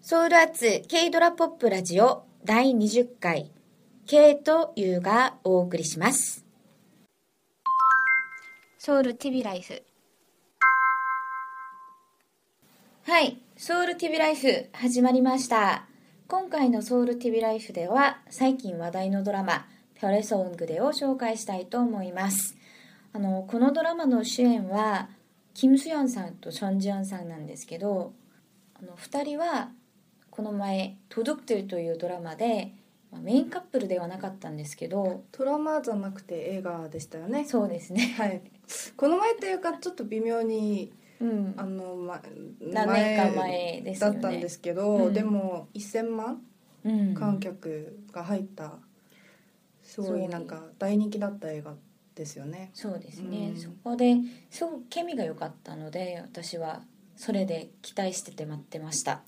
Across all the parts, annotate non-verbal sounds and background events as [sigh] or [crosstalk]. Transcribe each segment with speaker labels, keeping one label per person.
Speaker 1: ソウルアーツ K ドラポップラジオ第20回 K と U がお送りします
Speaker 2: ソウル TV ライフ
Speaker 1: はいソウル TV ライフ始まりました今回のソウル TV ライフでは最近話題のドラマ「ピョレソングデ」を紹介したいと思いますあのこのドラマの主演はキム・スヨンさんとチョン・ジヨンさんなんですけどあの2人はこの前「トドゥクトゥ」というドラマでまあメインカップルではなかったんですけど
Speaker 3: ドラマじゃなくて映画でしたよね。
Speaker 1: そうですね
Speaker 3: はい。この前っていうかちょっと微妙に
Speaker 1: うん
Speaker 3: あのま
Speaker 1: 何年か前です
Speaker 3: だ
Speaker 1: よね
Speaker 3: ったんですけど、
Speaker 1: うん
Speaker 3: でも1000万
Speaker 1: うん
Speaker 3: 観客が入った、すごいなんか大人気だった映画ですよね。
Speaker 1: そうですね、
Speaker 3: うん
Speaker 1: そこですごくケミが良かったので私はそれで期待してて待ってました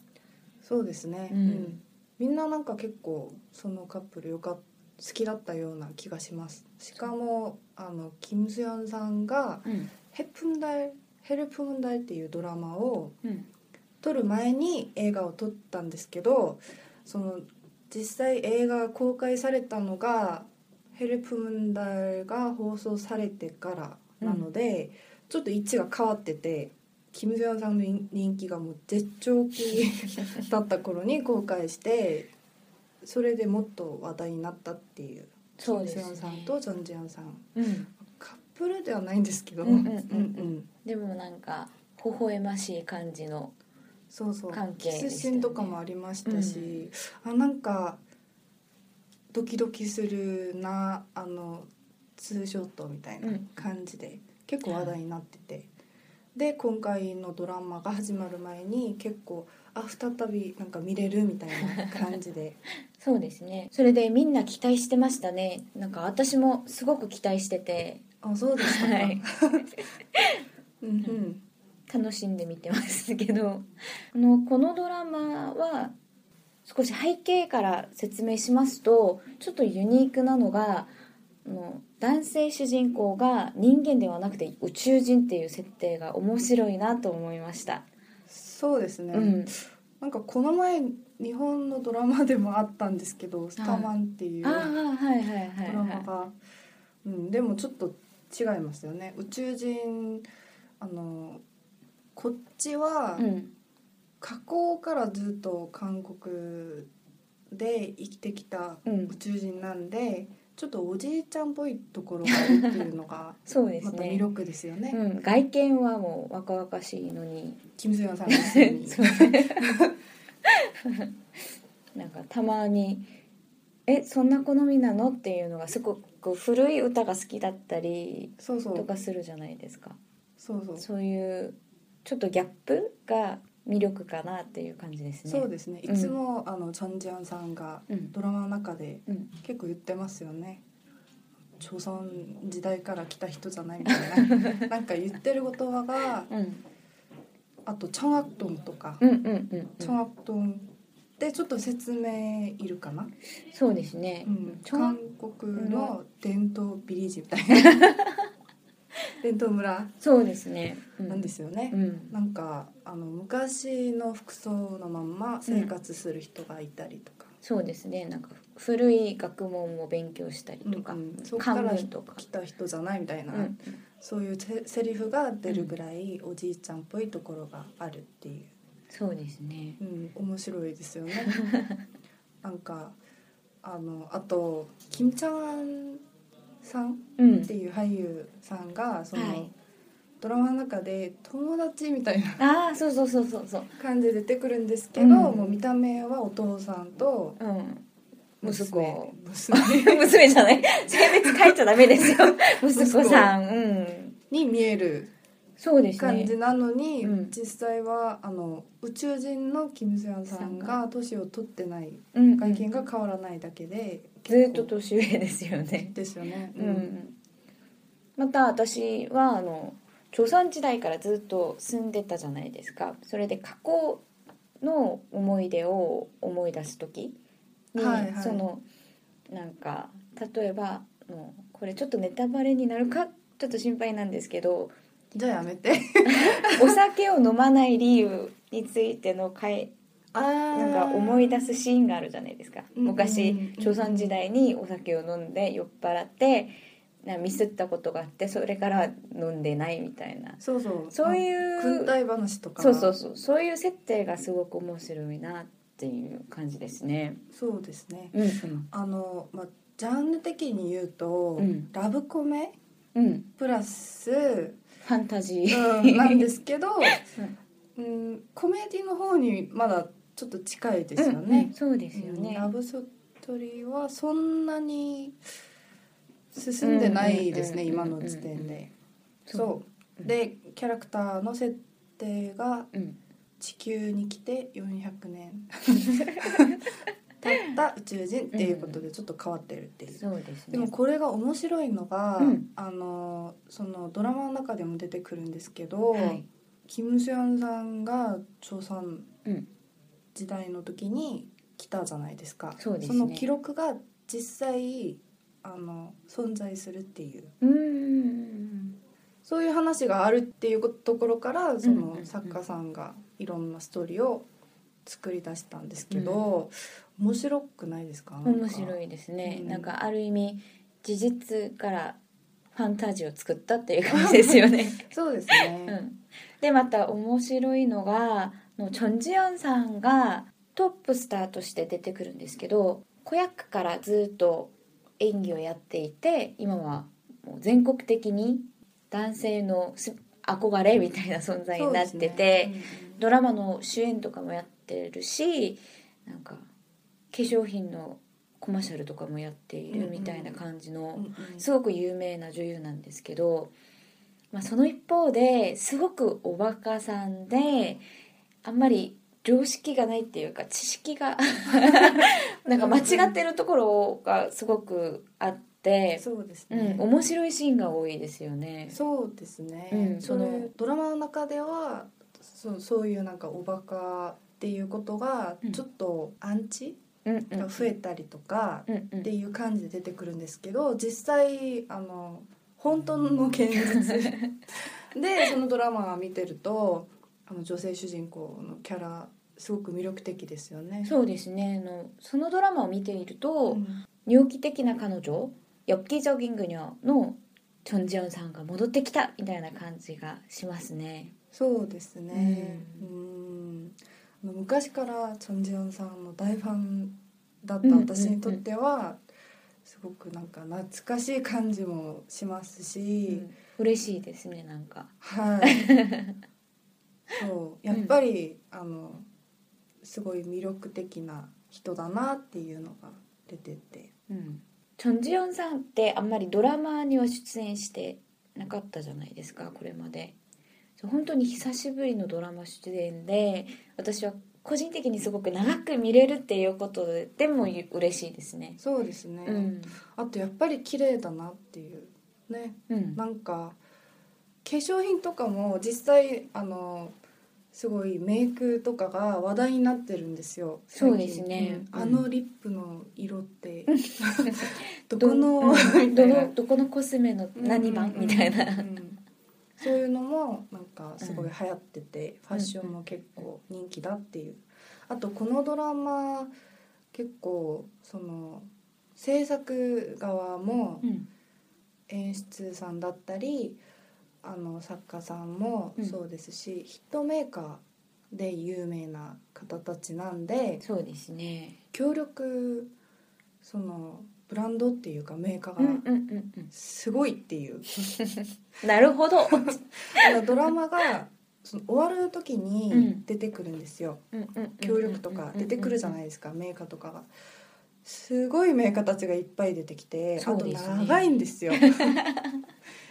Speaker 3: そうですね。
Speaker 1: うん
Speaker 3: みんななんか結構そのカップルよかっ好きだったような気がします。しかもあのキムスヨンさんが
Speaker 1: うん
Speaker 3: ヘップンダイヘルプンダイっていうドラマを
Speaker 1: うん
Speaker 3: 撮る前に映画を撮ったんですけどその実際映画公開されたのが「ヘルプムンダル」が放送されてからなので、ちょっと位置が変わっててキム・ジヨンさんの人気がもう絶頂期だった頃に [laughs] 公開してそれでもっと話題になったっていうキ
Speaker 1: そう
Speaker 3: ム・
Speaker 1: で
Speaker 3: ジヨン
Speaker 1: す
Speaker 3: さん
Speaker 1: ね
Speaker 3: とジョン・ジヨンさん
Speaker 1: うん、
Speaker 3: カップルではないんですけど
Speaker 1: うんうんうんうん
Speaker 3: うん
Speaker 1: でもなんか微笑ましい感じの
Speaker 3: そうそう
Speaker 1: 関係でした
Speaker 3: キ
Speaker 1: ね
Speaker 3: スシーンとかもありましたし、あなんかドキドキするなあのツーショットみたいな
Speaker 1: うん
Speaker 3: 感じで、結構話題になってて、で今回のドラマが始まる前に結構あ再びなんか見れるみたいな感
Speaker 1: [laughs]
Speaker 3: じで
Speaker 1: そうですねそれでみんな期待してましたねなんか私もすごく期待してて
Speaker 3: あそうでしたか、
Speaker 1: はい
Speaker 3: [laughs] うんうん
Speaker 1: 楽しんで見てますけど [laughs] あのこのドラマは少し背景から説明しますとちょっとユニークなのがあの男性主人公が人間ではなくて宇宙人っていう設定が面白いなと思いました。
Speaker 3: そうですね、
Speaker 1: うん、
Speaker 3: なんかこの前日本のドラマでもあったんですけど「スタマン」っていう、
Speaker 1: ああはいはいはい
Speaker 3: ドラマ
Speaker 1: は。
Speaker 3: が、うん、でもちょっと違いますよね宇宙人あのこっちはい
Speaker 1: うん
Speaker 3: 火口からずっと韓国で生きてきた
Speaker 1: うん
Speaker 3: 宇、宙人なんでちょっとおじいちゃんっぽいところがあるっていう
Speaker 1: [laughs]
Speaker 3: のが
Speaker 1: そうです
Speaker 3: また
Speaker 1: ね
Speaker 3: 魅、力ですよね、
Speaker 1: うん、外見はもう若々しいのに
Speaker 3: キム・ソヨンさんのように
Speaker 1: [laughs] なんかたまに「えそんな好みなの?」っていうのがすごく古い歌が好きだったり
Speaker 3: そうそ
Speaker 1: と
Speaker 3: う
Speaker 1: かするじゃないですか
Speaker 3: そうそう
Speaker 1: そういうちょっとギャップが魅力かなっていう感じですね。
Speaker 3: そうですねいつも、あのチョン・ジアンさんが
Speaker 1: うん
Speaker 3: ドラマの中で
Speaker 1: うん、
Speaker 3: 結構言ってますよね朝鮮時代から来た人じゃないみたい
Speaker 1: [laughs]
Speaker 3: ななんか言ってる言葉が
Speaker 1: うん、
Speaker 3: あと「チョンアクトン」とか
Speaker 1: うんうんうんうん
Speaker 3: 「チョンアクトン」でちょっと説明いるかな、
Speaker 1: そうですね、
Speaker 3: うん、
Speaker 1: ちょ
Speaker 3: 韓
Speaker 1: ん
Speaker 3: 国の伝統ビリージみたいな
Speaker 1: [laughs]
Speaker 3: 伝統村
Speaker 1: そうですね、うん、
Speaker 3: なんですよね、
Speaker 1: うん
Speaker 3: なんかあの昔の服装のまんま生活する人がいたりとか、
Speaker 1: そうですねなんか古い学問を勉強したりとか、
Speaker 3: うんうんそっから
Speaker 1: 漢文とか
Speaker 3: 来た人じゃないみたいな、
Speaker 1: うん
Speaker 3: そういうせセリフが出るぐらいおじいちゃんっぽいところがあるっていう、
Speaker 1: そうですね
Speaker 3: うん、面白いですよ
Speaker 1: [laughs]
Speaker 3: ね。なんかあのあと金ちゃんさん
Speaker 1: うん
Speaker 3: っていう俳優さんがその、
Speaker 1: はい
Speaker 3: ドラマの中で友達みたい
Speaker 1: あ
Speaker 3: な
Speaker 1: あそうそうそうそうそう、
Speaker 3: 感じで出てくるんですけど、
Speaker 1: うん
Speaker 3: もう見た目はお父さんと
Speaker 1: うん、息子 [laughs]
Speaker 3: 娘娘
Speaker 1: 娘じゃない性別書いちゃダメですよ [laughs] 息子さんうん
Speaker 3: に見える
Speaker 1: そうです
Speaker 3: 感
Speaker 1: ね
Speaker 3: じなのに、
Speaker 1: うん
Speaker 3: 実際はあの宇宙人のキム・セヨンさん
Speaker 1: さ
Speaker 3: が年を取ってない
Speaker 1: うん
Speaker 3: 外見が変わらないだけで、
Speaker 1: ずっと年上ですよね
Speaker 3: ですよね、
Speaker 1: うんまた私はあの朝鮮時代からずっと住んでたじゃないですかそれで過去の思い出を思い出す時に、
Speaker 3: はいはい
Speaker 1: そのなんか例えばもうこれちょっとネタバレになるかちょっと心配なんですけ
Speaker 3: [laughs]
Speaker 1: ど
Speaker 3: じゃあやめて
Speaker 1: お酒を飲まない理由についてのかい
Speaker 3: あ
Speaker 1: なんか思い出すシーンがあるじゃないですか
Speaker 3: うんうんうん
Speaker 1: 昔朝鮮時代にお酒を飲んで酔っ払ってなミスったことがあってそれから飲んでないみたいな
Speaker 3: そうそう
Speaker 1: そう
Speaker 3: う
Speaker 1: いう
Speaker 3: 軍隊話とか
Speaker 1: そうそうそうそういう設定がすごく面白いなっていう感じですね。
Speaker 3: そうですね
Speaker 1: うんうん
Speaker 3: あの、まあ、ジャンル的に言うと、
Speaker 1: うん
Speaker 3: ラブコメ
Speaker 1: うん、
Speaker 3: プ
Speaker 1: [laughs]
Speaker 3: ラス、
Speaker 1: ファンタジー、
Speaker 3: うん、なんですけど、うん、コメディの方にまだちょっと近いですよ
Speaker 1: うんうん
Speaker 3: ね。
Speaker 1: そうですよ
Speaker 3: うん
Speaker 1: ね。
Speaker 3: ラブソトリーはそんなに進んでないですね、
Speaker 1: うんうんうん
Speaker 3: 今
Speaker 1: うん
Speaker 3: の時点で。
Speaker 1: そ
Speaker 3: そうでキャラクターの設定が
Speaker 1: う、うん、
Speaker 3: 地球に来て400年
Speaker 1: [laughs]
Speaker 3: 経った宇宙人っていうことでちょっと変わってるっていう。
Speaker 1: そうです
Speaker 3: で
Speaker 1: ね。
Speaker 3: もこれが面白いのが、
Speaker 1: うん
Speaker 3: あのそのドラマの中でも出てくるんですけど、
Speaker 1: はい、
Speaker 3: キム・ジョンさんが朝鮮
Speaker 1: うん
Speaker 3: 時代の時に来たじゃないですか、
Speaker 1: そうですね
Speaker 3: の記録が実際あの存在するっていう
Speaker 1: うんうんうん
Speaker 3: そういう話があるっていうところからそ
Speaker 1: うんうんう
Speaker 3: の
Speaker 1: ん
Speaker 3: 作家さんがいろんなストーリーを作り出したんですけど、面白くないですか
Speaker 1: うん面白
Speaker 3: い
Speaker 1: いですね。
Speaker 3: うん
Speaker 1: なんかある意味事実からファンタジーを作ったっていう感じですよね。
Speaker 3: そうですね、
Speaker 1: うんでまた面白いのがあのチョン・ジヨンさんがトップスターとして出てくるんですけど子役からずっと演技をやっていて今はもう全国的に男性のす憧れみたいな存在になってて、
Speaker 3: そうですねうん
Speaker 1: ドラマの主演とかもやってるしなんか化粧品のコマーシャルとかもやっているみたいな感じの。
Speaker 3: うんうん
Speaker 1: すごく有名な女優なんですけど、まあ、その一方ですごくおバカさんであんまり常識がないっていうか知識がなんか間違ってるところがすごくあって、
Speaker 3: そうです
Speaker 1: う
Speaker 3: ね。
Speaker 1: ん、面白いシーンが多いですよね。
Speaker 3: そうですね。
Speaker 1: うん
Speaker 3: そ
Speaker 1: その
Speaker 3: のドラマの中ではそうそういうなんかおバカっていうことが
Speaker 1: うん
Speaker 3: ちょっとアンチ
Speaker 1: うんうん
Speaker 3: が増えたりとか
Speaker 1: うんうん
Speaker 3: っていう感じで出てくるんですけど、実際あの本当の現実 [laughs] でそのドラマを見てるとあの女性主人公のキャラすごく魅力的ですよね。
Speaker 1: そうですねあのそのドラマを見ていると、
Speaker 3: うん
Speaker 1: 猟奇的な彼女엽기적인女のチョン・ジヨンさんが戻ってきたみたいな感じがしますね。
Speaker 3: そうですね。うん。あの昔からチョンジヨンさんの大ファンだった私にとっては、すごくなんか懐かしい感じもしますし、
Speaker 1: 嬉しいですねなんか
Speaker 3: はい。そう、やっぱり、あのすごい魅力的な人だなっていうのが出てて、
Speaker 1: うんチョン・ジヨンさんってあんまりドラマには出演してなかったじゃないですかこれまでそう本当に久しぶりのドラマ出演で私は個人的にすごく長く見れるっていうことででもゆ嬉しいですね
Speaker 3: そうですね。
Speaker 1: うん
Speaker 3: あとやっぱり綺麗だなっていうね。
Speaker 1: うん
Speaker 3: なんか化粧品とかも実際あのすごいメイクとかが話題になってるんですよ最
Speaker 1: そう
Speaker 3: 近
Speaker 1: ですね
Speaker 3: うん
Speaker 1: うん
Speaker 3: あのリップの色って [laughs] どこの
Speaker 1: ど,、うん、 [laughs]
Speaker 3: [laughs] みた
Speaker 1: ど
Speaker 3: いな
Speaker 1: のどこのコスメの何番
Speaker 3: うん
Speaker 1: みたいな
Speaker 3: うんそういうのもなんかすごい流行ってて、ファッションも結構人気だっていうあとこのドラマ結構その制作側も
Speaker 1: うん
Speaker 3: 演出さんだったりあの作家さんも
Speaker 1: うん
Speaker 3: そうですし、ヒットメーカーで有名な方たちなんで
Speaker 1: そうですね
Speaker 3: 協力そのブランドっていうかメーカー
Speaker 1: う
Speaker 3: が
Speaker 1: んうんうんう
Speaker 3: すごいっていう、
Speaker 1: んなるほど
Speaker 3: だからドラマがその終わる時
Speaker 1: う
Speaker 3: に
Speaker 1: ん
Speaker 3: 出てくるんですよ、
Speaker 1: うんうんうんうん
Speaker 3: 協力とか出てくるじゃないですか、メーカーとかが。すごいメーカーたちがいっぱい出てきて、
Speaker 1: そ
Speaker 3: あ
Speaker 1: う
Speaker 3: と
Speaker 1: ですね
Speaker 3: 長いんです
Speaker 1: [laughs]
Speaker 3: よ。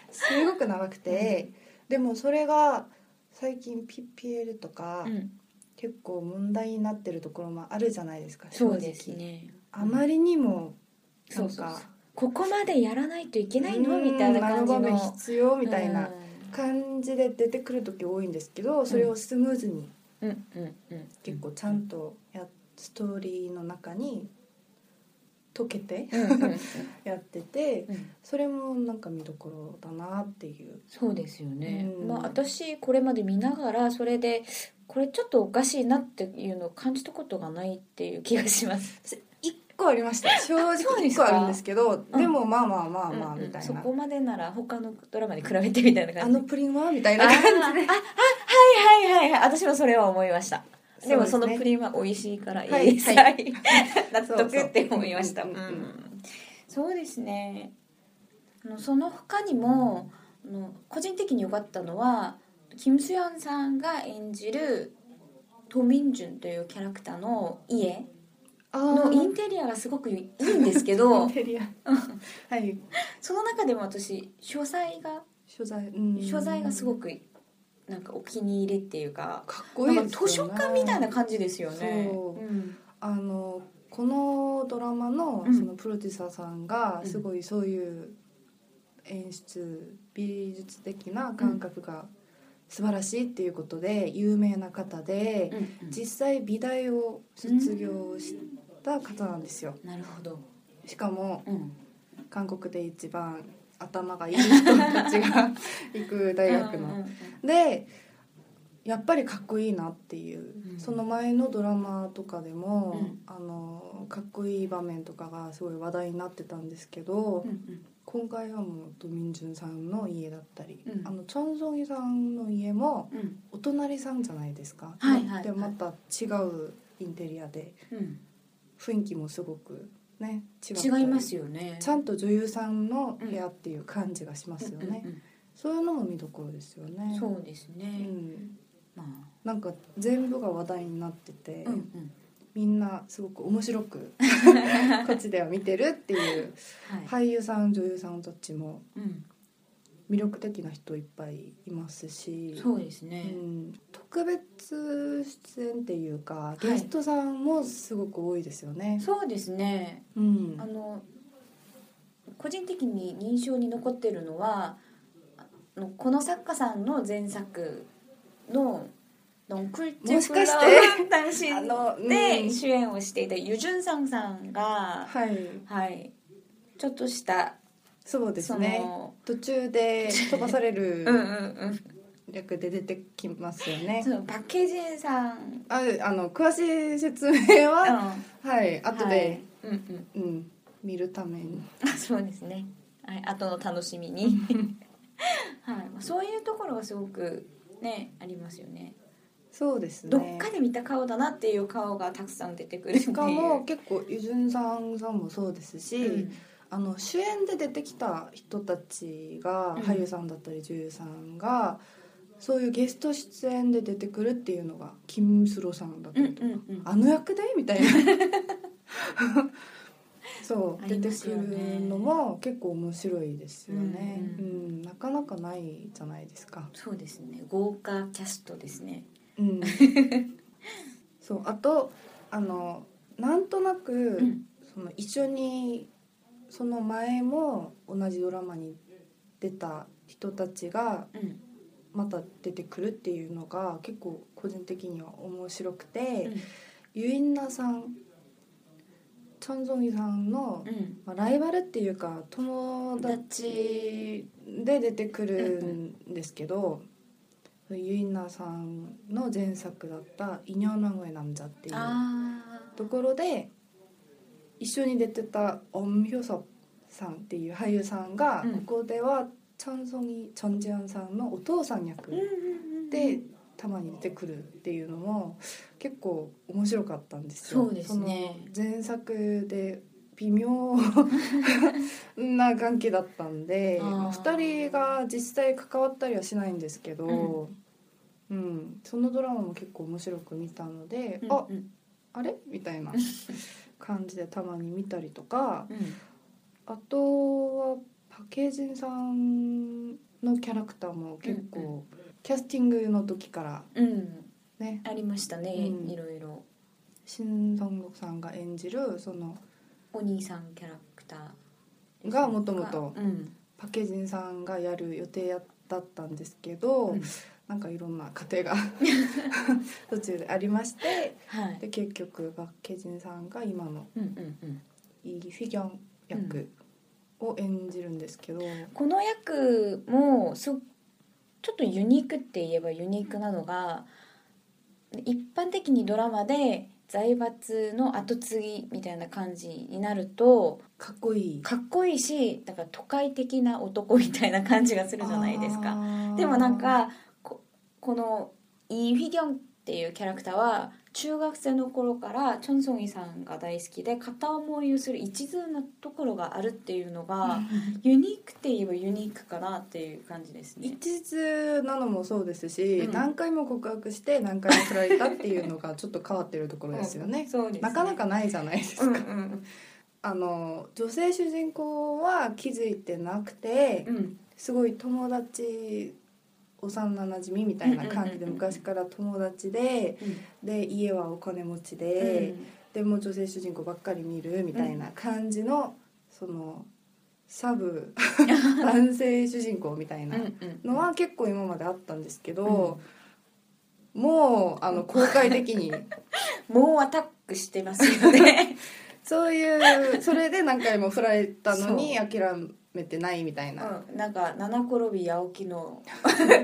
Speaker 3: すごく長くて、でもそれが最近 PPL とか、
Speaker 1: うん
Speaker 3: 結構問題になってるところもあるじゃないですか
Speaker 1: そうですね
Speaker 3: あまりにもな
Speaker 1: そうんそうそう
Speaker 3: か
Speaker 1: ここまでやらないといけないの
Speaker 3: うん
Speaker 1: みたいな
Speaker 3: あ
Speaker 1: 感
Speaker 3: の
Speaker 1: じ
Speaker 3: 場面
Speaker 1: の
Speaker 3: 必要みたいな
Speaker 1: う
Speaker 3: 感じで出てくる時多いんですけどそれをスムーズに
Speaker 1: んうんうんうん
Speaker 3: 結構ちゃんとやストーリーの中に溶けて
Speaker 1: うんうんうん
Speaker 3: やってて
Speaker 1: うん
Speaker 3: それもなんか見どころだなっていう
Speaker 1: そうですよね、
Speaker 3: うん
Speaker 1: まあ私これまで見ながらそれでこれちょっとおかしいなっていうのを感じたことがないっていう気がします。
Speaker 3: 一個あり
Speaker 1: [laughs]
Speaker 3: ました正直
Speaker 1: そうで
Speaker 3: 一
Speaker 1: すか
Speaker 3: 個あるんですけど
Speaker 1: うん
Speaker 3: でもまあまあまあまあ
Speaker 1: うんうん
Speaker 3: みたい
Speaker 1: そ
Speaker 3: な
Speaker 1: こまでなら他のドラマに比べてみたいな
Speaker 3: あ
Speaker 1: 感じ
Speaker 3: のプリンはみたい
Speaker 1: あ
Speaker 3: な
Speaker 1: ー
Speaker 3: 感じ
Speaker 1: ああはいはいはいはい私もそれは思いました [laughs] でもそ
Speaker 3: そう
Speaker 1: の
Speaker 3: ですね
Speaker 1: プリンは美味しいからいい、
Speaker 3: は
Speaker 1: はい [laughs] い
Speaker 3: は
Speaker 1: 納得って思いました
Speaker 3: そうそう
Speaker 1: う
Speaker 3: うんうんうん
Speaker 1: んそうですねあのその他にもあの個人的に良かったのはキム・スヨンさんが演じるトミンジュンというキャラクターの家
Speaker 3: あ
Speaker 1: のイ
Speaker 3: ー
Speaker 1: ンテリアがすごくいいんですけど [laughs]
Speaker 3: インテリアはい
Speaker 1: その中でも私書斎が
Speaker 3: 所在、うん
Speaker 1: 所在がすごくなんかお気に入りっていうか
Speaker 3: かっこいい
Speaker 1: なん
Speaker 3: です
Speaker 1: か
Speaker 3: よ
Speaker 1: 図書館みたい
Speaker 3: ね
Speaker 1: な感じですよね。
Speaker 3: そ
Speaker 1: う
Speaker 3: う
Speaker 1: ん
Speaker 3: あのこのドラマの
Speaker 1: うん
Speaker 3: そのプロデューサーさんが
Speaker 1: うん
Speaker 3: すごいそういう演出美術的な感覚が素晴らしいっていうことで有名な方で実際美大を卒業した方なんですよ
Speaker 1: なるほど。
Speaker 3: しかも
Speaker 1: うん
Speaker 3: 韓国で一番頭がいい人たちが行く大学の
Speaker 1: うんうん
Speaker 3: でやっぱりかっこいいなっていう、
Speaker 1: うん
Speaker 3: その前のドラマとかでも、
Speaker 1: うん
Speaker 3: あのかっこいい場面とかがすごい話題になってたんですけど、
Speaker 1: うんうん
Speaker 3: 今回はもうドミンジュンさんの家だったり、
Speaker 1: うん
Speaker 3: あのチョン・ソンギさんの家も
Speaker 1: うんうん
Speaker 3: お隣さんじゃないですか、
Speaker 1: はいはい
Speaker 3: でまた違うインテリアで
Speaker 1: うん
Speaker 3: 雰囲気もすごくね違ったり
Speaker 1: 違いますよね。
Speaker 3: ちゃんと女優さんの部屋っていう感じがしますよね、
Speaker 1: うん
Speaker 3: そういうのも見どころですよ
Speaker 1: うんう
Speaker 3: ね
Speaker 1: んそうです
Speaker 3: う
Speaker 1: ね。
Speaker 3: ん
Speaker 1: まあ
Speaker 3: なんか全部が話題になってて、
Speaker 1: うんうん
Speaker 3: みんなすごく面白
Speaker 1: [laughs]
Speaker 3: くこっちでは見てるっていう
Speaker 1: はい。
Speaker 3: 俳優さん女優さんたちも
Speaker 1: うん
Speaker 3: 魅力的な人いっぱいいますし
Speaker 1: そうです
Speaker 3: う
Speaker 1: ね。
Speaker 3: ん、特別出演っていうか
Speaker 1: い
Speaker 3: ゲストさんもすごく多いですよね。
Speaker 1: そうですね。
Speaker 3: うん
Speaker 1: あの個人的に印象に残ってるのはあのこの作家さんの前作の「ノンクルチェ
Speaker 3: もしかして
Speaker 1: 単身
Speaker 3: あのうん
Speaker 1: で主演をしていたユジュンサンさんが、
Speaker 3: はい
Speaker 1: はい、ちょっとした
Speaker 3: そうですね
Speaker 1: その
Speaker 3: 途中で飛ばさ
Speaker 1: [laughs]
Speaker 3: れ
Speaker 1: うんう
Speaker 3: る
Speaker 1: ん
Speaker 3: 略で出てきますよ
Speaker 1: うん
Speaker 3: ね
Speaker 1: そ。のパッケージンさん
Speaker 3: ああの詳しい説明は、
Speaker 1: あ
Speaker 3: はい後で、
Speaker 1: うんうん
Speaker 3: うん、見るために
Speaker 1: あそうですね、はい、後の楽しみに、 [laughs] はい、そういうところがすごくねありますよね
Speaker 3: そうですね
Speaker 1: どっかで見た顔だなっていう顔がたくさん出てくるっていう
Speaker 3: しかも結構ユジュンさんさんもそうです
Speaker 1: う
Speaker 3: し、
Speaker 1: ん
Speaker 3: あの主演で出てきた人たちが、
Speaker 1: うん
Speaker 3: 俳優さんだったり女優さんがそういうゲスト出演で出てくるっていうのがキム・スロさんだった
Speaker 1: うんう
Speaker 3: りとか、
Speaker 1: んうん
Speaker 3: あの役でみたいなそう、
Speaker 1: あ
Speaker 3: 出
Speaker 1: り
Speaker 3: て
Speaker 1: ます
Speaker 3: く
Speaker 1: よね
Speaker 3: るのも結構面白いですよね、
Speaker 1: う
Speaker 3: うんんなかなかないじゃないですか
Speaker 1: そうですね豪華キャストですね
Speaker 3: うん [laughs] そうあとあのなんとなく、
Speaker 1: うん
Speaker 3: その一緒にその前も同じドラマに出た人たちが
Speaker 1: うん
Speaker 3: また出てくるっていうのが結構個人的には面白くて、
Speaker 1: うん
Speaker 3: ユインナさんチョン・ソンギさんの、
Speaker 1: うん
Speaker 3: まあ、ライバルっていうか友達で出てくるんですけど、ユインナさんの前作だった「イニョナゴエナムザ」っていう
Speaker 1: あー
Speaker 3: ところで一緒に出てたオン・ヒョソさんっていう俳優さんが、
Speaker 1: うん
Speaker 3: ここではチョン・ソンギチョン・ジアンさんのお父さん役
Speaker 1: うんうんうん
Speaker 3: でたまに出てくるっていうのも結構面白かったんですよ
Speaker 1: そうですね
Speaker 3: その前作で
Speaker 1: [laughs]
Speaker 3: 微妙な関係だったんで、
Speaker 1: あー
Speaker 3: まあ、2人が実際関わったりはしないんですけど、うんそのドラマも結構面白く見たので、
Speaker 1: うん
Speaker 3: あ
Speaker 1: うん
Speaker 3: あれみたいな感じでたまに見たりとか
Speaker 1: うん
Speaker 3: あとはパッケージンさんのキャラクターも結構、
Speaker 1: うん
Speaker 3: キャスティングの時から
Speaker 1: うん、
Speaker 3: ね
Speaker 1: ありましたね、
Speaker 3: うん
Speaker 1: いろいろ
Speaker 3: 新三国さんが演じるその
Speaker 1: お兄さんキャラクター
Speaker 3: がもともと
Speaker 1: うん
Speaker 3: パッケージンさんがやる予定やだったんですけど、
Speaker 1: うん
Speaker 3: なんかいろんな過
Speaker 1: [laughs]
Speaker 3: 程が途中でありまして
Speaker 1: はい
Speaker 3: で結局パッケージンさんが今の
Speaker 1: うんうんうん、
Speaker 3: イ・フィギョン役を演じるんですけど、
Speaker 1: この役もすちょっとユニークって言えばユニークなのが一般的にドラマで財閥の後継ぎみたいな感じになると
Speaker 3: かっこいい
Speaker 1: かっこいいしだから都会的な男みたいな感じがするじゃないですか。
Speaker 3: か
Speaker 1: でもなんかここのイ・フィギョンっていうキャラクターは中学生の頃からチョン・ソンイさんが大好きで片思いをする一途なところがあるっていうのが。ユニークって言えばユニークかなっていう感じですね。
Speaker 3: 一途なのもそうですし、
Speaker 1: うん
Speaker 3: 何回も告白して何回も振られたっていうのがちょっと変わってるところですよね。
Speaker 1: そうですね
Speaker 3: なかなかないじゃないですか。
Speaker 1: うんうん
Speaker 3: あの女性主人公は気づいてなくて
Speaker 1: うん
Speaker 3: すごい友達幼なじみみたいな感じ
Speaker 1: うんうんうんう
Speaker 3: で
Speaker 1: ん
Speaker 3: 昔から友達でで家はお金持ち
Speaker 1: うん
Speaker 3: で、でも女性主人公ばっかり見るみたいな感じのその
Speaker 1: [laughs]
Speaker 3: サブ男性主人公みたいな
Speaker 1: うん
Speaker 3: のは結構今まであったんですけど、もうあの公開的に
Speaker 1: もうアタックしてますよ
Speaker 3: [laughs]
Speaker 1: ね。
Speaker 3: そういうそれで何回も振られたのに
Speaker 1: そ
Speaker 3: 諦めてないみたいな。
Speaker 1: うん、なんか七転び八起き
Speaker 3: [laughs]
Speaker 1: の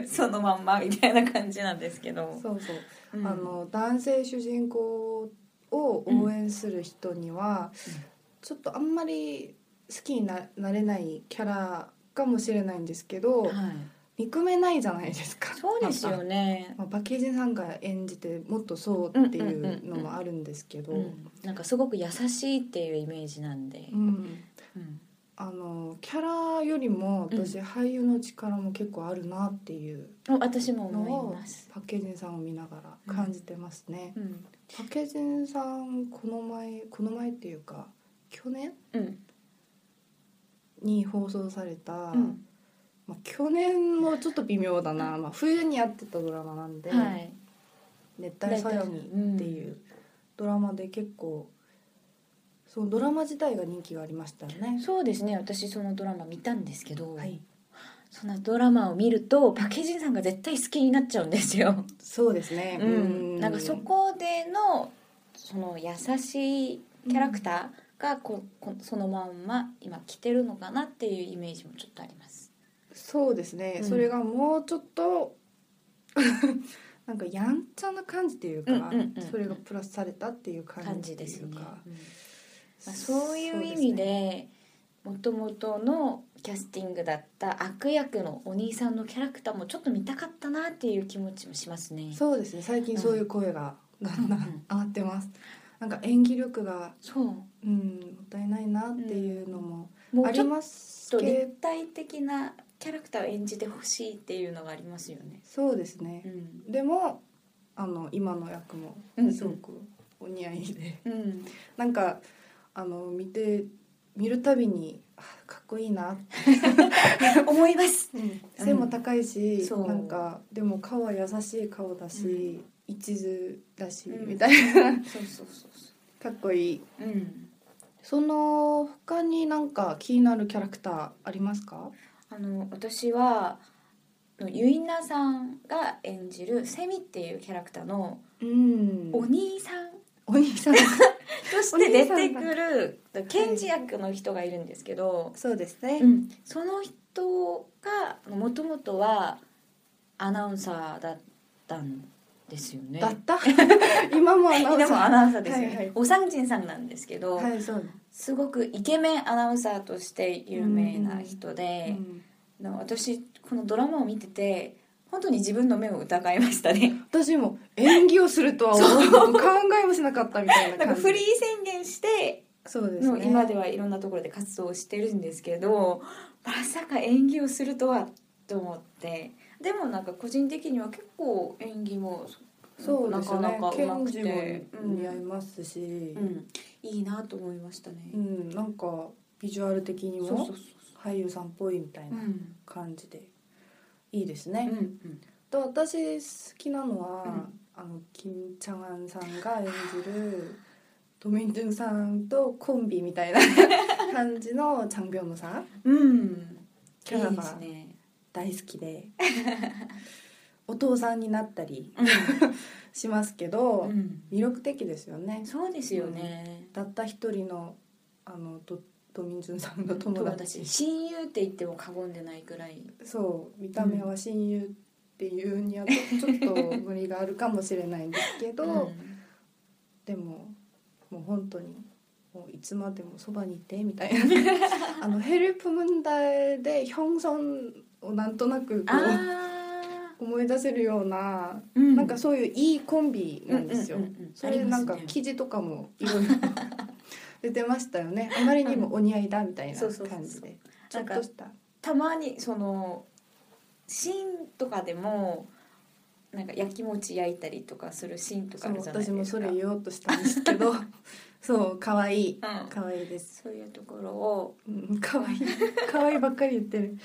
Speaker 1: そのまんまみたいな感じなんですけど。
Speaker 3: そうそう、
Speaker 1: うん
Speaker 3: あの男性主人公を応援する人には、ちょっとあんまり好きにななれないキャラかもしれないんですけど、
Speaker 1: はい、
Speaker 3: 憎めないじゃないですか
Speaker 1: そうです
Speaker 3: なん
Speaker 1: よ
Speaker 3: か
Speaker 1: ね。
Speaker 3: まあ、パッケージさんが演じてもっとそうってい
Speaker 1: んうんうんう
Speaker 3: うんうのもあるんですけど、
Speaker 1: うん、なんかすごく優しいっていうイメージなんで。
Speaker 3: う
Speaker 1: う
Speaker 3: ん
Speaker 1: ん
Speaker 3: あのキャラよりも私、俳優の力も結構あるなっていう
Speaker 1: お私も
Speaker 3: の
Speaker 1: 思
Speaker 3: を
Speaker 1: います。
Speaker 3: パッケージさんを見ながら感じてますね。
Speaker 1: うん、
Speaker 3: パケジンさんこの前この前っていうか去年
Speaker 1: うん、
Speaker 3: に放送された、
Speaker 1: うん
Speaker 3: まあ、去年もちょっと微妙だな、まあ、冬にやってたドラマなんで「
Speaker 1: はい。
Speaker 3: 熱帯さよに」っていうドラマで結構そのドラマ自体が人気がありましたよね。
Speaker 1: そうですね。私そのドラマ見たんですけど。
Speaker 3: はい、
Speaker 1: そんなドラマを見るとパッケージンさんが絶対好きになっちゃうんですよ。
Speaker 3: そうですね、
Speaker 1: うん、なんかそこでのその優しいキャラクターがここそのまんま今来てるのかなっていうイメージもちょっとあります。
Speaker 3: そうですね、
Speaker 1: うん
Speaker 3: それがもうちょっと [laughs] なんかやんちゃな感じっていうか、
Speaker 1: うんうんうん
Speaker 3: それがプラスされたっていう感じ
Speaker 1: 感じです
Speaker 3: ってい
Speaker 1: ね。
Speaker 3: う
Speaker 1: ま
Speaker 3: か
Speaker 1: あ、そういう意味で元々のキャスティングだった悪役のお兄さんのキャラクターもちょっと見たかったなっていう気持ちもしますね。
Speaker 3: そうですね最近そういう声がだんだ
Speaker 1: うん
Speaker 3: ん上がってますなんか演技力が
Speaker 1: そう。
Speaker 3: うんもったいないなっていうのも
Speaker 1: も
Speaker 3: あ
Speaker 1: うち
Speaker 3: り
Speaker 1: ょっ
Speaker 3: ます
Speaker 1: と
Speaker 3: けど
Speaker 1: 立体的なキャラクターを演じてほしいっていうのがありますよね。
Speaker 3: そうですね
Speaker 1: うん。
Speaker 3: でもあの今の役も
Speaker 1: うんうん
Speaker 3: すごくお似合いで
Speaker 1: うん。
Speaker 3: なんかあの見て見るたびにあかっこいいなって
Speaker 1: 思います。
Speaker 3: 背も高いし、
Speaker 1: そう
Speaker 3: なんかでも顔は優しい顔だし、一途だし、
Speaker 1: うん
Speaker 3: みたいな [laughs]
Speaker 1: そうそうそうそ。
Speaker 3: かっこいいう
Speaker 1: うん。
Speaker 3: その他になんか気になるキャラクターありますか？
Speaker 1: あの私はあのユイナさんが演じるセミっていうキャラクターの
Speaker 3: うん
Speaker 1: お兄さん
Speaker 3: お兄さん。
Speaker 1: として出てくる検事役の人がいるんですけど、
Speaker 3: [laughs] そうですね
Speaker 1: うん、その人がもともとはアナウンサーだったんですよね。
Speaker 3: だった。 [laughs] 今もアナウン
Speaker 1: で
Speaker 3: サ
Speaker 1: もア
Speaker 3: ー。
Speaker 1: ナウンサーですよね、
Speaker 3: はいはい
Speaker 1: おさんじんさんなんですけど、
Speaker 3: はいそう。
Speaker 1: すごくイケメンアナウンサーとして有名な人で、
Speaker 3: うん
Speaker 1: な私このドラマを見てて本当に自分の目を疑いま
Speaker 3: [laughs]
Speaker 1: したね
Speaker 3: 私も演技をするとは思う考えもしなかったみたいな
Speaker 1: なん
Speaker 3: 感
Speaker 1: か
Speaker 3: じ。
Speaker 1: フリー宣言して
Speaker 3: そうです
Speaker 1: の
Speaker 3: ね
Speaker 1: 今ではいろんなところで活動をしてるんですけどまさか演技をするとはと思ってでもなんか個人的には結構演技も
Speaker 3: そう
Speaker 1: な
Speaker 3: ですね
Speaker 1: かなか上
Speaker 3: ケン
Speaker 1: 手く
Speaker 3: ジも
Speaker 1: て、うん
Speaker 3: 似合いますし、
Speaker 1: う
Speaker 3: うん
Speaker 1: ん、いいなと思いましたね。
Speaker 3: なんかビジュアル的に
Speaker 1: そう
Speaker 3: も
Speaker 1: そうそう
Speaker 3: 俳優さんっぽいみたい
Speaker 1: うん
Speaker 3: な感じで、いいですね
Speaker 1: う、んうん
Speaker 3: と私好きなのは、
Speaker 1: うん
Speaker 3: あの金チャンアンさんが演じるドミンジュンさんとコンビみたいな感じのチャンビョムさん
Speaker 1: うん
Speaker 3: キャラ
Speaker 1: いいで
Speaker 3: が
Speaker 1: すね
Speaker 3: 大好き
Speaker 1: [laughs]
Speaker 3: でお父さんになったり [laughs] しますけ
Speaker 1: う
Speaker 3: ど、
Speaker 1: ん
Speaker 3: 魅力的ですよね
Speaker 1: そうですよね、
Speaker 3: たった一人のあのドドミンジュンさんの友達
Speaker 1: 親友って言っても過言でないくらい
Speaker 3: そう見た目は親友っていうにはちょちょっと無理があるかもしれないんですけど、
Speaker 1: うん
Speaker 3: でももう本当にもういつまでもそばにいてみたいなあのヘルプ問題で형선をなんとなくこう
Speaker 1: あ
Speaker 3: 思い出せるような、
Speaker 1: ー、うん
Speaker 3: なんかそういういいコンビ
Speaker 1: う
Speaker 3: なんですよ、
Speaker 1: ううう
Speaker 3: それでなんか
Speaker 1: ありますね
Speaker 3: 記事とかもいろいろ出てましたよねあまりにもお似合いだみたいな
Speaker 1: そ
Speaker 3: 感
Speaker 1: う
Speaker 3: じ
Speaker 1: そうそう
Speaker 3: で
Speaker 1: そう
Speaker 3: ちょっとした
Speaker 1: たまにそのシーンとかでもなんか焼きもち焼いたりとかするシーンとか
Speaker 3: そ
Speaker 1: あ
Speaker 3: う
Speaker 1: るじゃない
Speaker 3: 私
Speaker 1: で
Speaker 3: も
Speaker 1: すか
Speaker 3: それ言おうとしたんですけど
Speaker 1: [laughs]
Speaker 3: そう可愛い
Speaker 1: うん
Speaker 3: 可愛いです
Speaker 1: そういうところを
Speaker 3: うん可愛い可愛いばっかり言ってる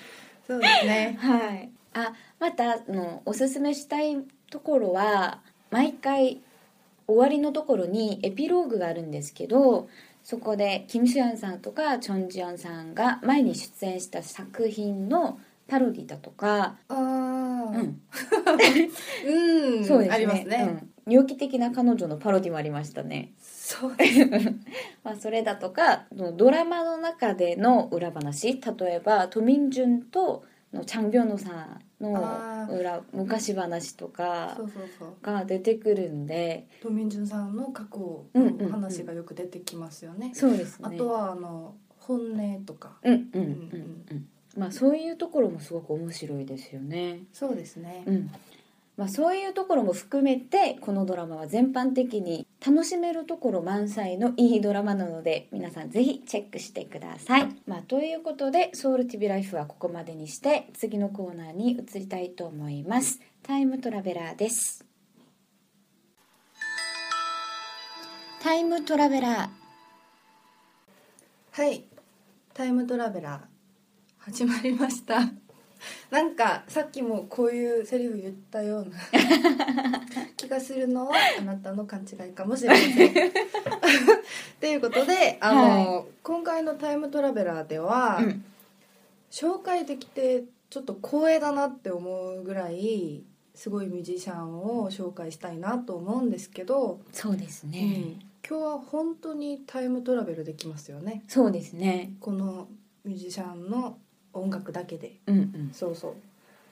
Speaker 3: そうですね
Speaker 1: はいあまたあのおすすめしたいところは毎回終わりのところにエピローグがあるんですけどそこでキム・シュアンさんとかチョン・ジアンさんが前に出演した作品のパロディだとか、
Speaker 3: ああ
Speaker 1: うん、
Speaker 3: うん、
Speaker 1: そうですね。
Speaker 3: ありますね。
Speaker 1: うん猟奇的な彼女のパロディもありましたね。
Speaker 3: そう
Speaker 1: [laughs] まあそれだとかドラマの中での裏話、例えばトミンジュンとのチャンビョノさんの
Speaker 3: あー
Speaker 1: 裏昔話とか
Speaker 3: そうそうそう。
Speaker 1: が出てくるんで、
Speaker 3: ドミンジュンさんの過去
Speaker 1: うんうんうん
Speaker 3: の話がよく出てきますよね。
Speaker 1: そうですね。
Speaker 3: あとはあの本音とか。
Speaker 1: うんうんうんうん。まあそういうところもすごく面白いですよね。
Speaker 3: そうですね
Speaker 1: う。んまあ、そういうところも含めてこのドラマは全般的に楽しめるところ満載のいいドラマなので皆さんぜひチェックしてください。まあ、ということで「ソウル TV ライフ」はここまでにして次のコーナーに移りたいと思います。タイムトラベラーですタイムトラベラ
Speaker 3: はい。タイムトラベラー始まりました。 [laughs] なんかさっきもこういうセリフ言ったような [laughs] 気がするのはあなたの勘違いかもしれません。 [laughs] ということで、あの、今回のタイムトラベラーでは、
Speaker 1: ー、うん、
Speaker 3: 紹介できてちょっと光栄だなって思うぐらいすごいミュージシャンを紹介したいなと思うんですけど、
Speaker 1: そうですね、
Speaker 3: 今日は本当にタイムトラベルできますよね
Speaker 1: そうですね
Speaker 3: このミュージシャンの音楽だけで
Speaker 1: うんうん
Speaker 3: そうそう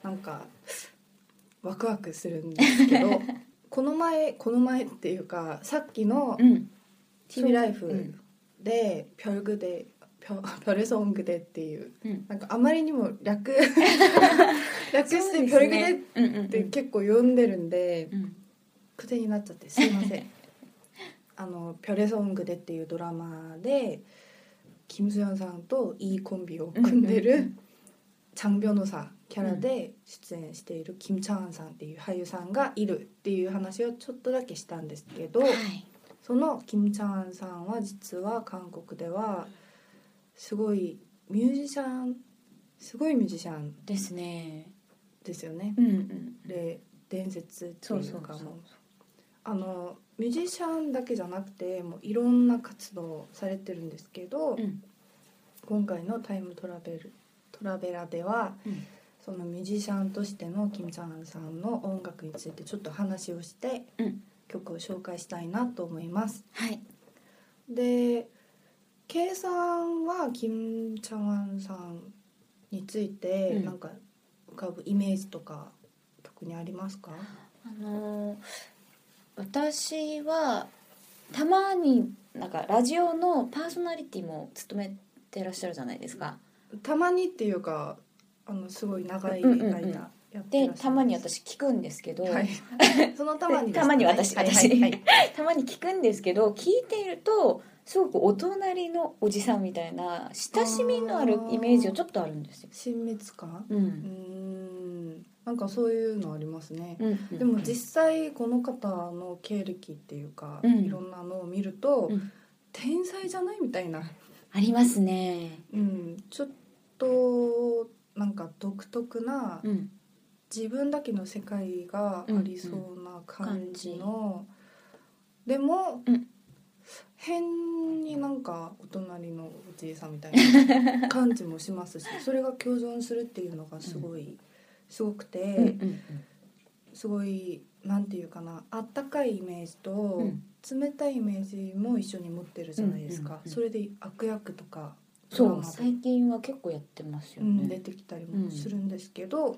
Speaker 3: なんかワクワクするんですけ
Speaker 1: [laughs]
Speaker 3: どこの前この前っていうかさっきの
Speaker 1: うん
Speaker 3: 「TV ライ
Speaker 1: う
Speaker 3: フ
Speaker 1: ん
Speaker 3: で「ピョルグデ」ピョ「 [laughs] ピョルソングデ」っていう
Speaker 1: うん
Speaker 3: なんかあまりにも略
Speaker 1: [laughs]
Speaker 3: 略
Speaker 1: そう
Speaker 3: して「
Speaker 1: で
Speaker 3: ピ
Speaker 1: す
Speaker 3: ョルグデ」
Speaker 1: ねうんうんう
Speaker 3: っ
Speaker 1: ん
Speaker 3: て結構読んでるんで
Speaker 1: うん
Speaker 3: 癖になっちゃってすいませ [laughs] んあの「ピョレソングで」っていうドラマでキム・スヨンさんといいコンビを組んで
Speaker 1: うんうんう
Speaker 3: るチャン・ビョノさんキャラで出演しているキム・チャンアンさんっていう俳優さんがいるっていう話をちょっとだけしたんですけど
Speaker 1: はい
Speaker 3: そのキム・チャンアンさんは実は韓国ではすごいミュージシャンすごいミュージシャン
Speaker 1: ですね
Speaker 3: ですよね。
Speaker 1: うんうん
Speaker 3: で伝説っていうか
Speaker 1: そうそうそう
Speaker 3: もうあのミュージシャンだけじゃなくてもういろんな活動をされてるんですけど、
Speaker 1: うん
Speaker 3: 今回の「タイムトラベル」トラベラでは、
Speaker 1: うん
Speaker 3: そのミュージシャンとしてのキム・チャンさんの音楽についてちょっと話をして、
Speaker 1: うん
Speaker 3: 曲を紹介したいなと思います。
Speaker 1: はい
Speaker 3: で計算はキム・チャンさんについて、
Speaker 1: うん
Speaker 3: なんか浮かぶイメージとか特にありますか
Speaker 1: あのー私はたまになんかラジオのパーソナリティも務めてらっしゃるじゃないですか
Speaker 3: たまにっていうかあのすごい長い
Speaker 1: うんうんうん
Speaker 3: 間やってらっしゃい
Speaker 1: で
Speaker 3: ます
Speaker 1: たまに私聞くんですけど、 [laughs]
Speaker 3: はい、そのたまにですね
Speaker 1: たまに私
Speaker 3: はい
Speaker 1: 私
Speaker 3: はいはい
Speaker 1: たまに聞くんですけど聞いているとすごくお隣のおじさんみたいな親しみのあるイメージがちょっとあるんですよ。
Speaker 3: 親密感
Speaker 1: う
Speaker 3: うー
Speaker 1: ん
Speaker 3: んなんかそういうのありますね
Speaker 1: うん、
Speaker 3: でも実際この方の経歴っていうか、
Speaker 1: うん
Speaker 3: いろんなのを見ると、
Speaker 1: うん
Speaker 3: 天才じゃないみたいな、
Speaker 1: ありますね。
Speaker 3: うん、ちょっとなんか独特な
Speaker 1: うん、
Speaker 3: 自分だけの世界がありそうな感じの、でも、
Speaker 1: うん
Speaker 3: 変になんかお隣のおじいさんみたい
Speaker 1: [laughs]
Speaker 3: な感じもしますしそれが共存するっていうのがすごい、すごくて、
Speaker 1: うんうん
Speaker 3: すごいなんていうかなあったかいイメージ
Speaker 1: う
Speaker 3: と
Speaker 1: ん、
Speaker 3: 冷たいイメージも一緒に持ってるじゃないですか、
Speaker 1: うんうんうん
Speaker 3: それで悪役とか
Speaker 1: そ
Speaker 3: ドラマ
Speaker 1: う
Speaker 3: で
Speaker 1: 最近は結構やってますよ
Speaker 3: う
Speaker 1: ね。
Speaker 3: ん、出てきたりもするんですけど、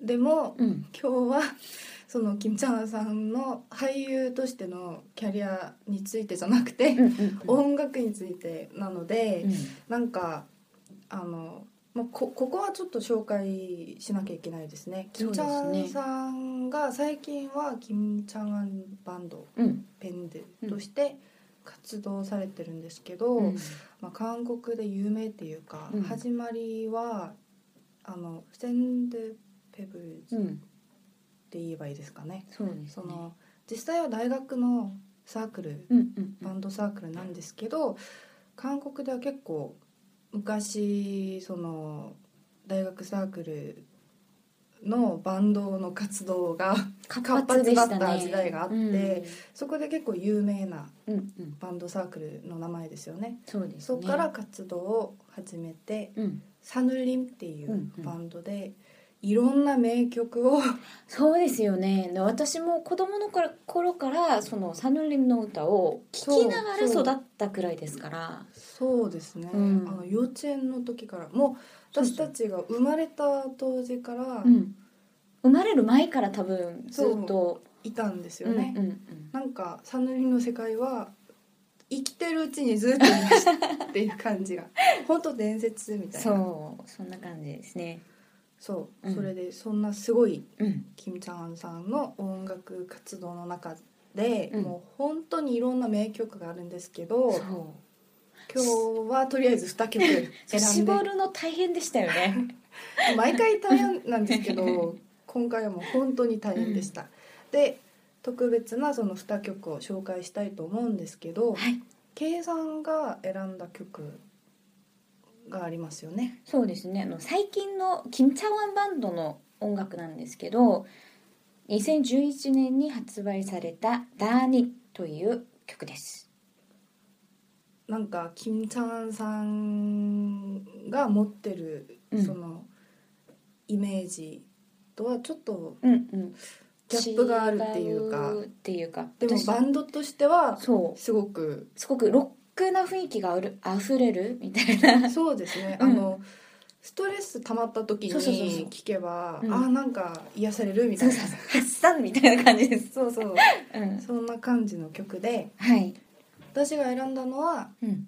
Speaker 3: でも
Speaker 1: うん
Speaker 3: 今日はそのキム・チャンさんの俳優としてのキャリアについてじゃなくて、
Speaker 1: うんうんうん
Speaker 3: 音楽についてなので、なんかあの、まあ、こここはちょっと紹介しなきゃいけないですね。キ
Speaker 1: そう
Speaker 3: ム
Speaker 1: で
Speaker 3: チ
Speaker 1: すね
Speaker 3: ャンさんが最近はキムチャンバンド
Speaker 1: うん
Speaker 3: ペンデとして活動されてるんですけど、
Speaker 1: うん
Speaker 3: まあ、韓国で有名っていうか、
Speaker 1: うん
Speaker 3: 始まりはあのセンデペブルズ
Speaker 1: う
Speaker 3: っ
Speaker 1: ん
Speaker 3: て言えばいいですかね。
Speaker 1: そうですね。
Speaker 3: その実際は大学のサークル
Speaker 1: うんうんう
Speaker 3: バ
Speaker 1: ん
Speaker 3: ンドサークルなんですけど韓国では結構昔その大学サークルのバンドの活動が
Speaker 1: 活発でしたね。
Speaker 3: 活発だった時代があってそこで結構有名な
Speaker 1: うんうんうん
Speaker 3: バンドサークルの名前ですよね。
Speaker 1: そうですね。
Speaker 3: そこから活動を始めて
Speaker 1: うん
Speaker 3: サヌリンってい
Speaker 1: ん
Speaker 3: う
Speaker 1: うん
Speaker 3: バンドでいろんな名曲を
Speaker 1: そうですよねで私も子供の頃頃からそのサヌリンの歌を聴きながら
Speaker 3: そうそ
Speaker 1: 育
Speaker 3: う
Speaker 1: ったくらいですから
Speaker 3: そうですね、
Speaker 1: うん
Speaker 3: あの幼稚園の時からもう私たちが生まれた当時から
Speaker 1: うん、生まれる前から多分ずっと
Speaker 3: いたんですよね。
Speaker 1: うんうんうん
Speaker 3: なんかサヌリの世界は生きてるうちにずっといましたっていう感じが
Speaker 1: [laughs]
Speaker 3: 本当伝説みたいなそう
Speaker 1: そうそんな感じですね
Speaker 3: そ
Speaker 1: うん
Speaker 3: れでそんなすごい
Speaker 1: うん
Speaker 3: キム・チャンさんの音楽活動の中で、
Speaker 1: うん
Speaker 3: もう本当にいろんな名曲があるんですけど
Speaker 1: そ
Speaker 3: 今日はとりあえず2曲
Speaker 1: う
Speaker 3: 選ん
Speaker 1: 絞
Speaker 3: で
Speaker 1: るの大変でしたよね
Speaker 3: 毎回大変なんです
Speaker 1: [laughs]
Speaker 3: けど今回はもう本当に大変でした、で特別なその2曲を紹介したいと思うんですけど、
Speaker 1: はい
Speaker 3: 計算が選んだ曲がありますよね。
Speaker 1: そうですねあの最近のキム・チャワンバンドの音楽なんですけど2011年に発売された「ダーニ」という曲です
Speaker 3: なんか金ちゃんさんが持ってる
Speaker 1: うん
Speaker 3: そのイメージとはちょっと
Speaker 1: うんうん
Speaker 3: ギャップがあるっていうか
Speaker 1: 違っていうか
Speaker 3: でも
Speaker 1: 私
Speaker 3: バンドとしては
Speaker 1: そう
Speaker 3: すごく
Speaker 1: すごくロックな雰囲気がある溢れるみたいな [laughs]
Speaker 3: [laughs] そうですね、
Speaker 1: うん
Speaker 3: あのストレス溜まった時に
Speaker 1: そうそうそうそう
Speaker 3: 聞けば
Speaker 1: うん
Speaker 3: あーなんか癒されるみ
Speaker 1: そ
Speaker 3: た
Speaker 1: [laughs]
Speaker 3: いう
Speaker 1: そ
Speaker 3: な
Speaker 1: うそう発散みたいな感じです、
Speaker 3: そうそう
Speaker 1: うん、
Speaker 3: そんな感じの曲で
Speaker 1: はい、
Speaker 3: 私が選んだのは
Speaker 1: うん、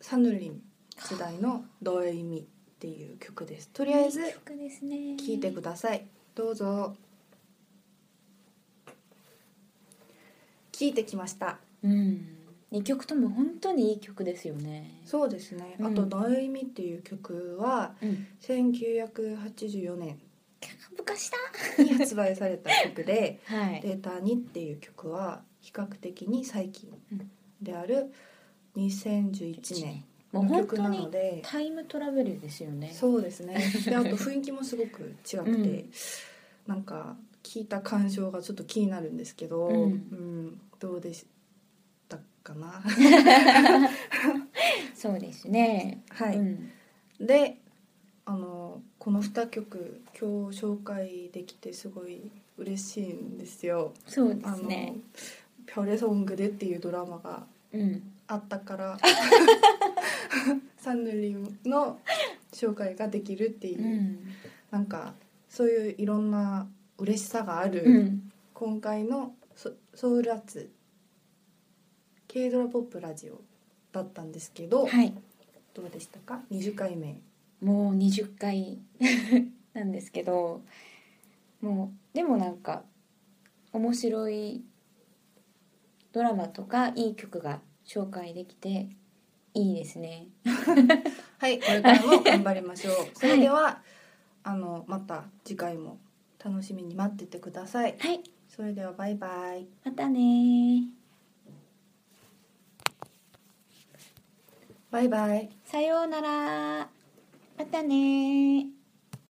Speaker 3: サヌリン世代の「ドエイミ」っていう曲ですとりあえず
Speaker 1: いい曲ですね
Speaker 3: 聞いてくださいどうぞ聞いてきました
Speaker 1: うん2曲とも本当にいい曲ですよね
Speaker 3: そうですね、
Speaker 1: うん
Speaker 3: あと「ドエイミ」っていう曲は
Speaker 1: うん
Speaker 3: 1984年
Speaker 1: 昔だ
Speaker 3: に発売された曲で
Speaker 1: はい
Speaker 3: 「データに」っていう曲は比較的に最近
Speaker 1: うん
Speaker 3: である2011年
Speaker 1: もう
Speaker 3: の
Speaker 1: 本
Speaker 3: 曲
Speaker 1: 当
Speaker 3: なの
Speaker 1: に
Speaker 3: で
Speaker 1: タイムトラベルですよね
Speaker 3: そうですねであと雰囲気もすごく違くて、
Speaker 1: うん
Speaker 3: なんか聞いた感傷がちょっと気になるんですけど、
Speaker 1: う
Speaker 3: うんんどうでした
Speaker 1: [laughs]
Speaker 3: かな
Speaker 1: そうですね
Speaker 3: はい、
Speaker 1: うん
Speaker 3: であのこの2曲今日紹介できてすごい嬉しいんですよ。
Speaker 1: そうで
Speaker 3: あ
Speaker 1: す
Speaker 3: の
Speaker 1: ね
Speaker 3: 「ピョレソングで」っていうドラマが
Speaker 1: うん
Speaker 3: あったからサンヌリンの紹介ができるっていうう、
Speaker 1: ん
Speaker 3: なんかそういういろんな嬉しさがある、
Speaker 1: うん
Speaker 3: 今回のソソウルアーツ K ドラポップラジオだったんですけど、
Speaker 1: はい
Speaker 3: どうでしたか20回目
Speaker 1: もう20回 [laughs] なんですけどもうでもなんか面白いドラマとかいい曲が紹介できていいですね
Speaker 3: はいこれからも頑張りま
Speaker 1: [laughs]
Speaker 3: しょうそれでは、あのまた次回も楽しみに待っててください
Speaker 1: はい
Speaker 3: それではバイバイ
Speaker 1: またねー
Speaker 3: バイバイ
Speaker 1: さようならまたねー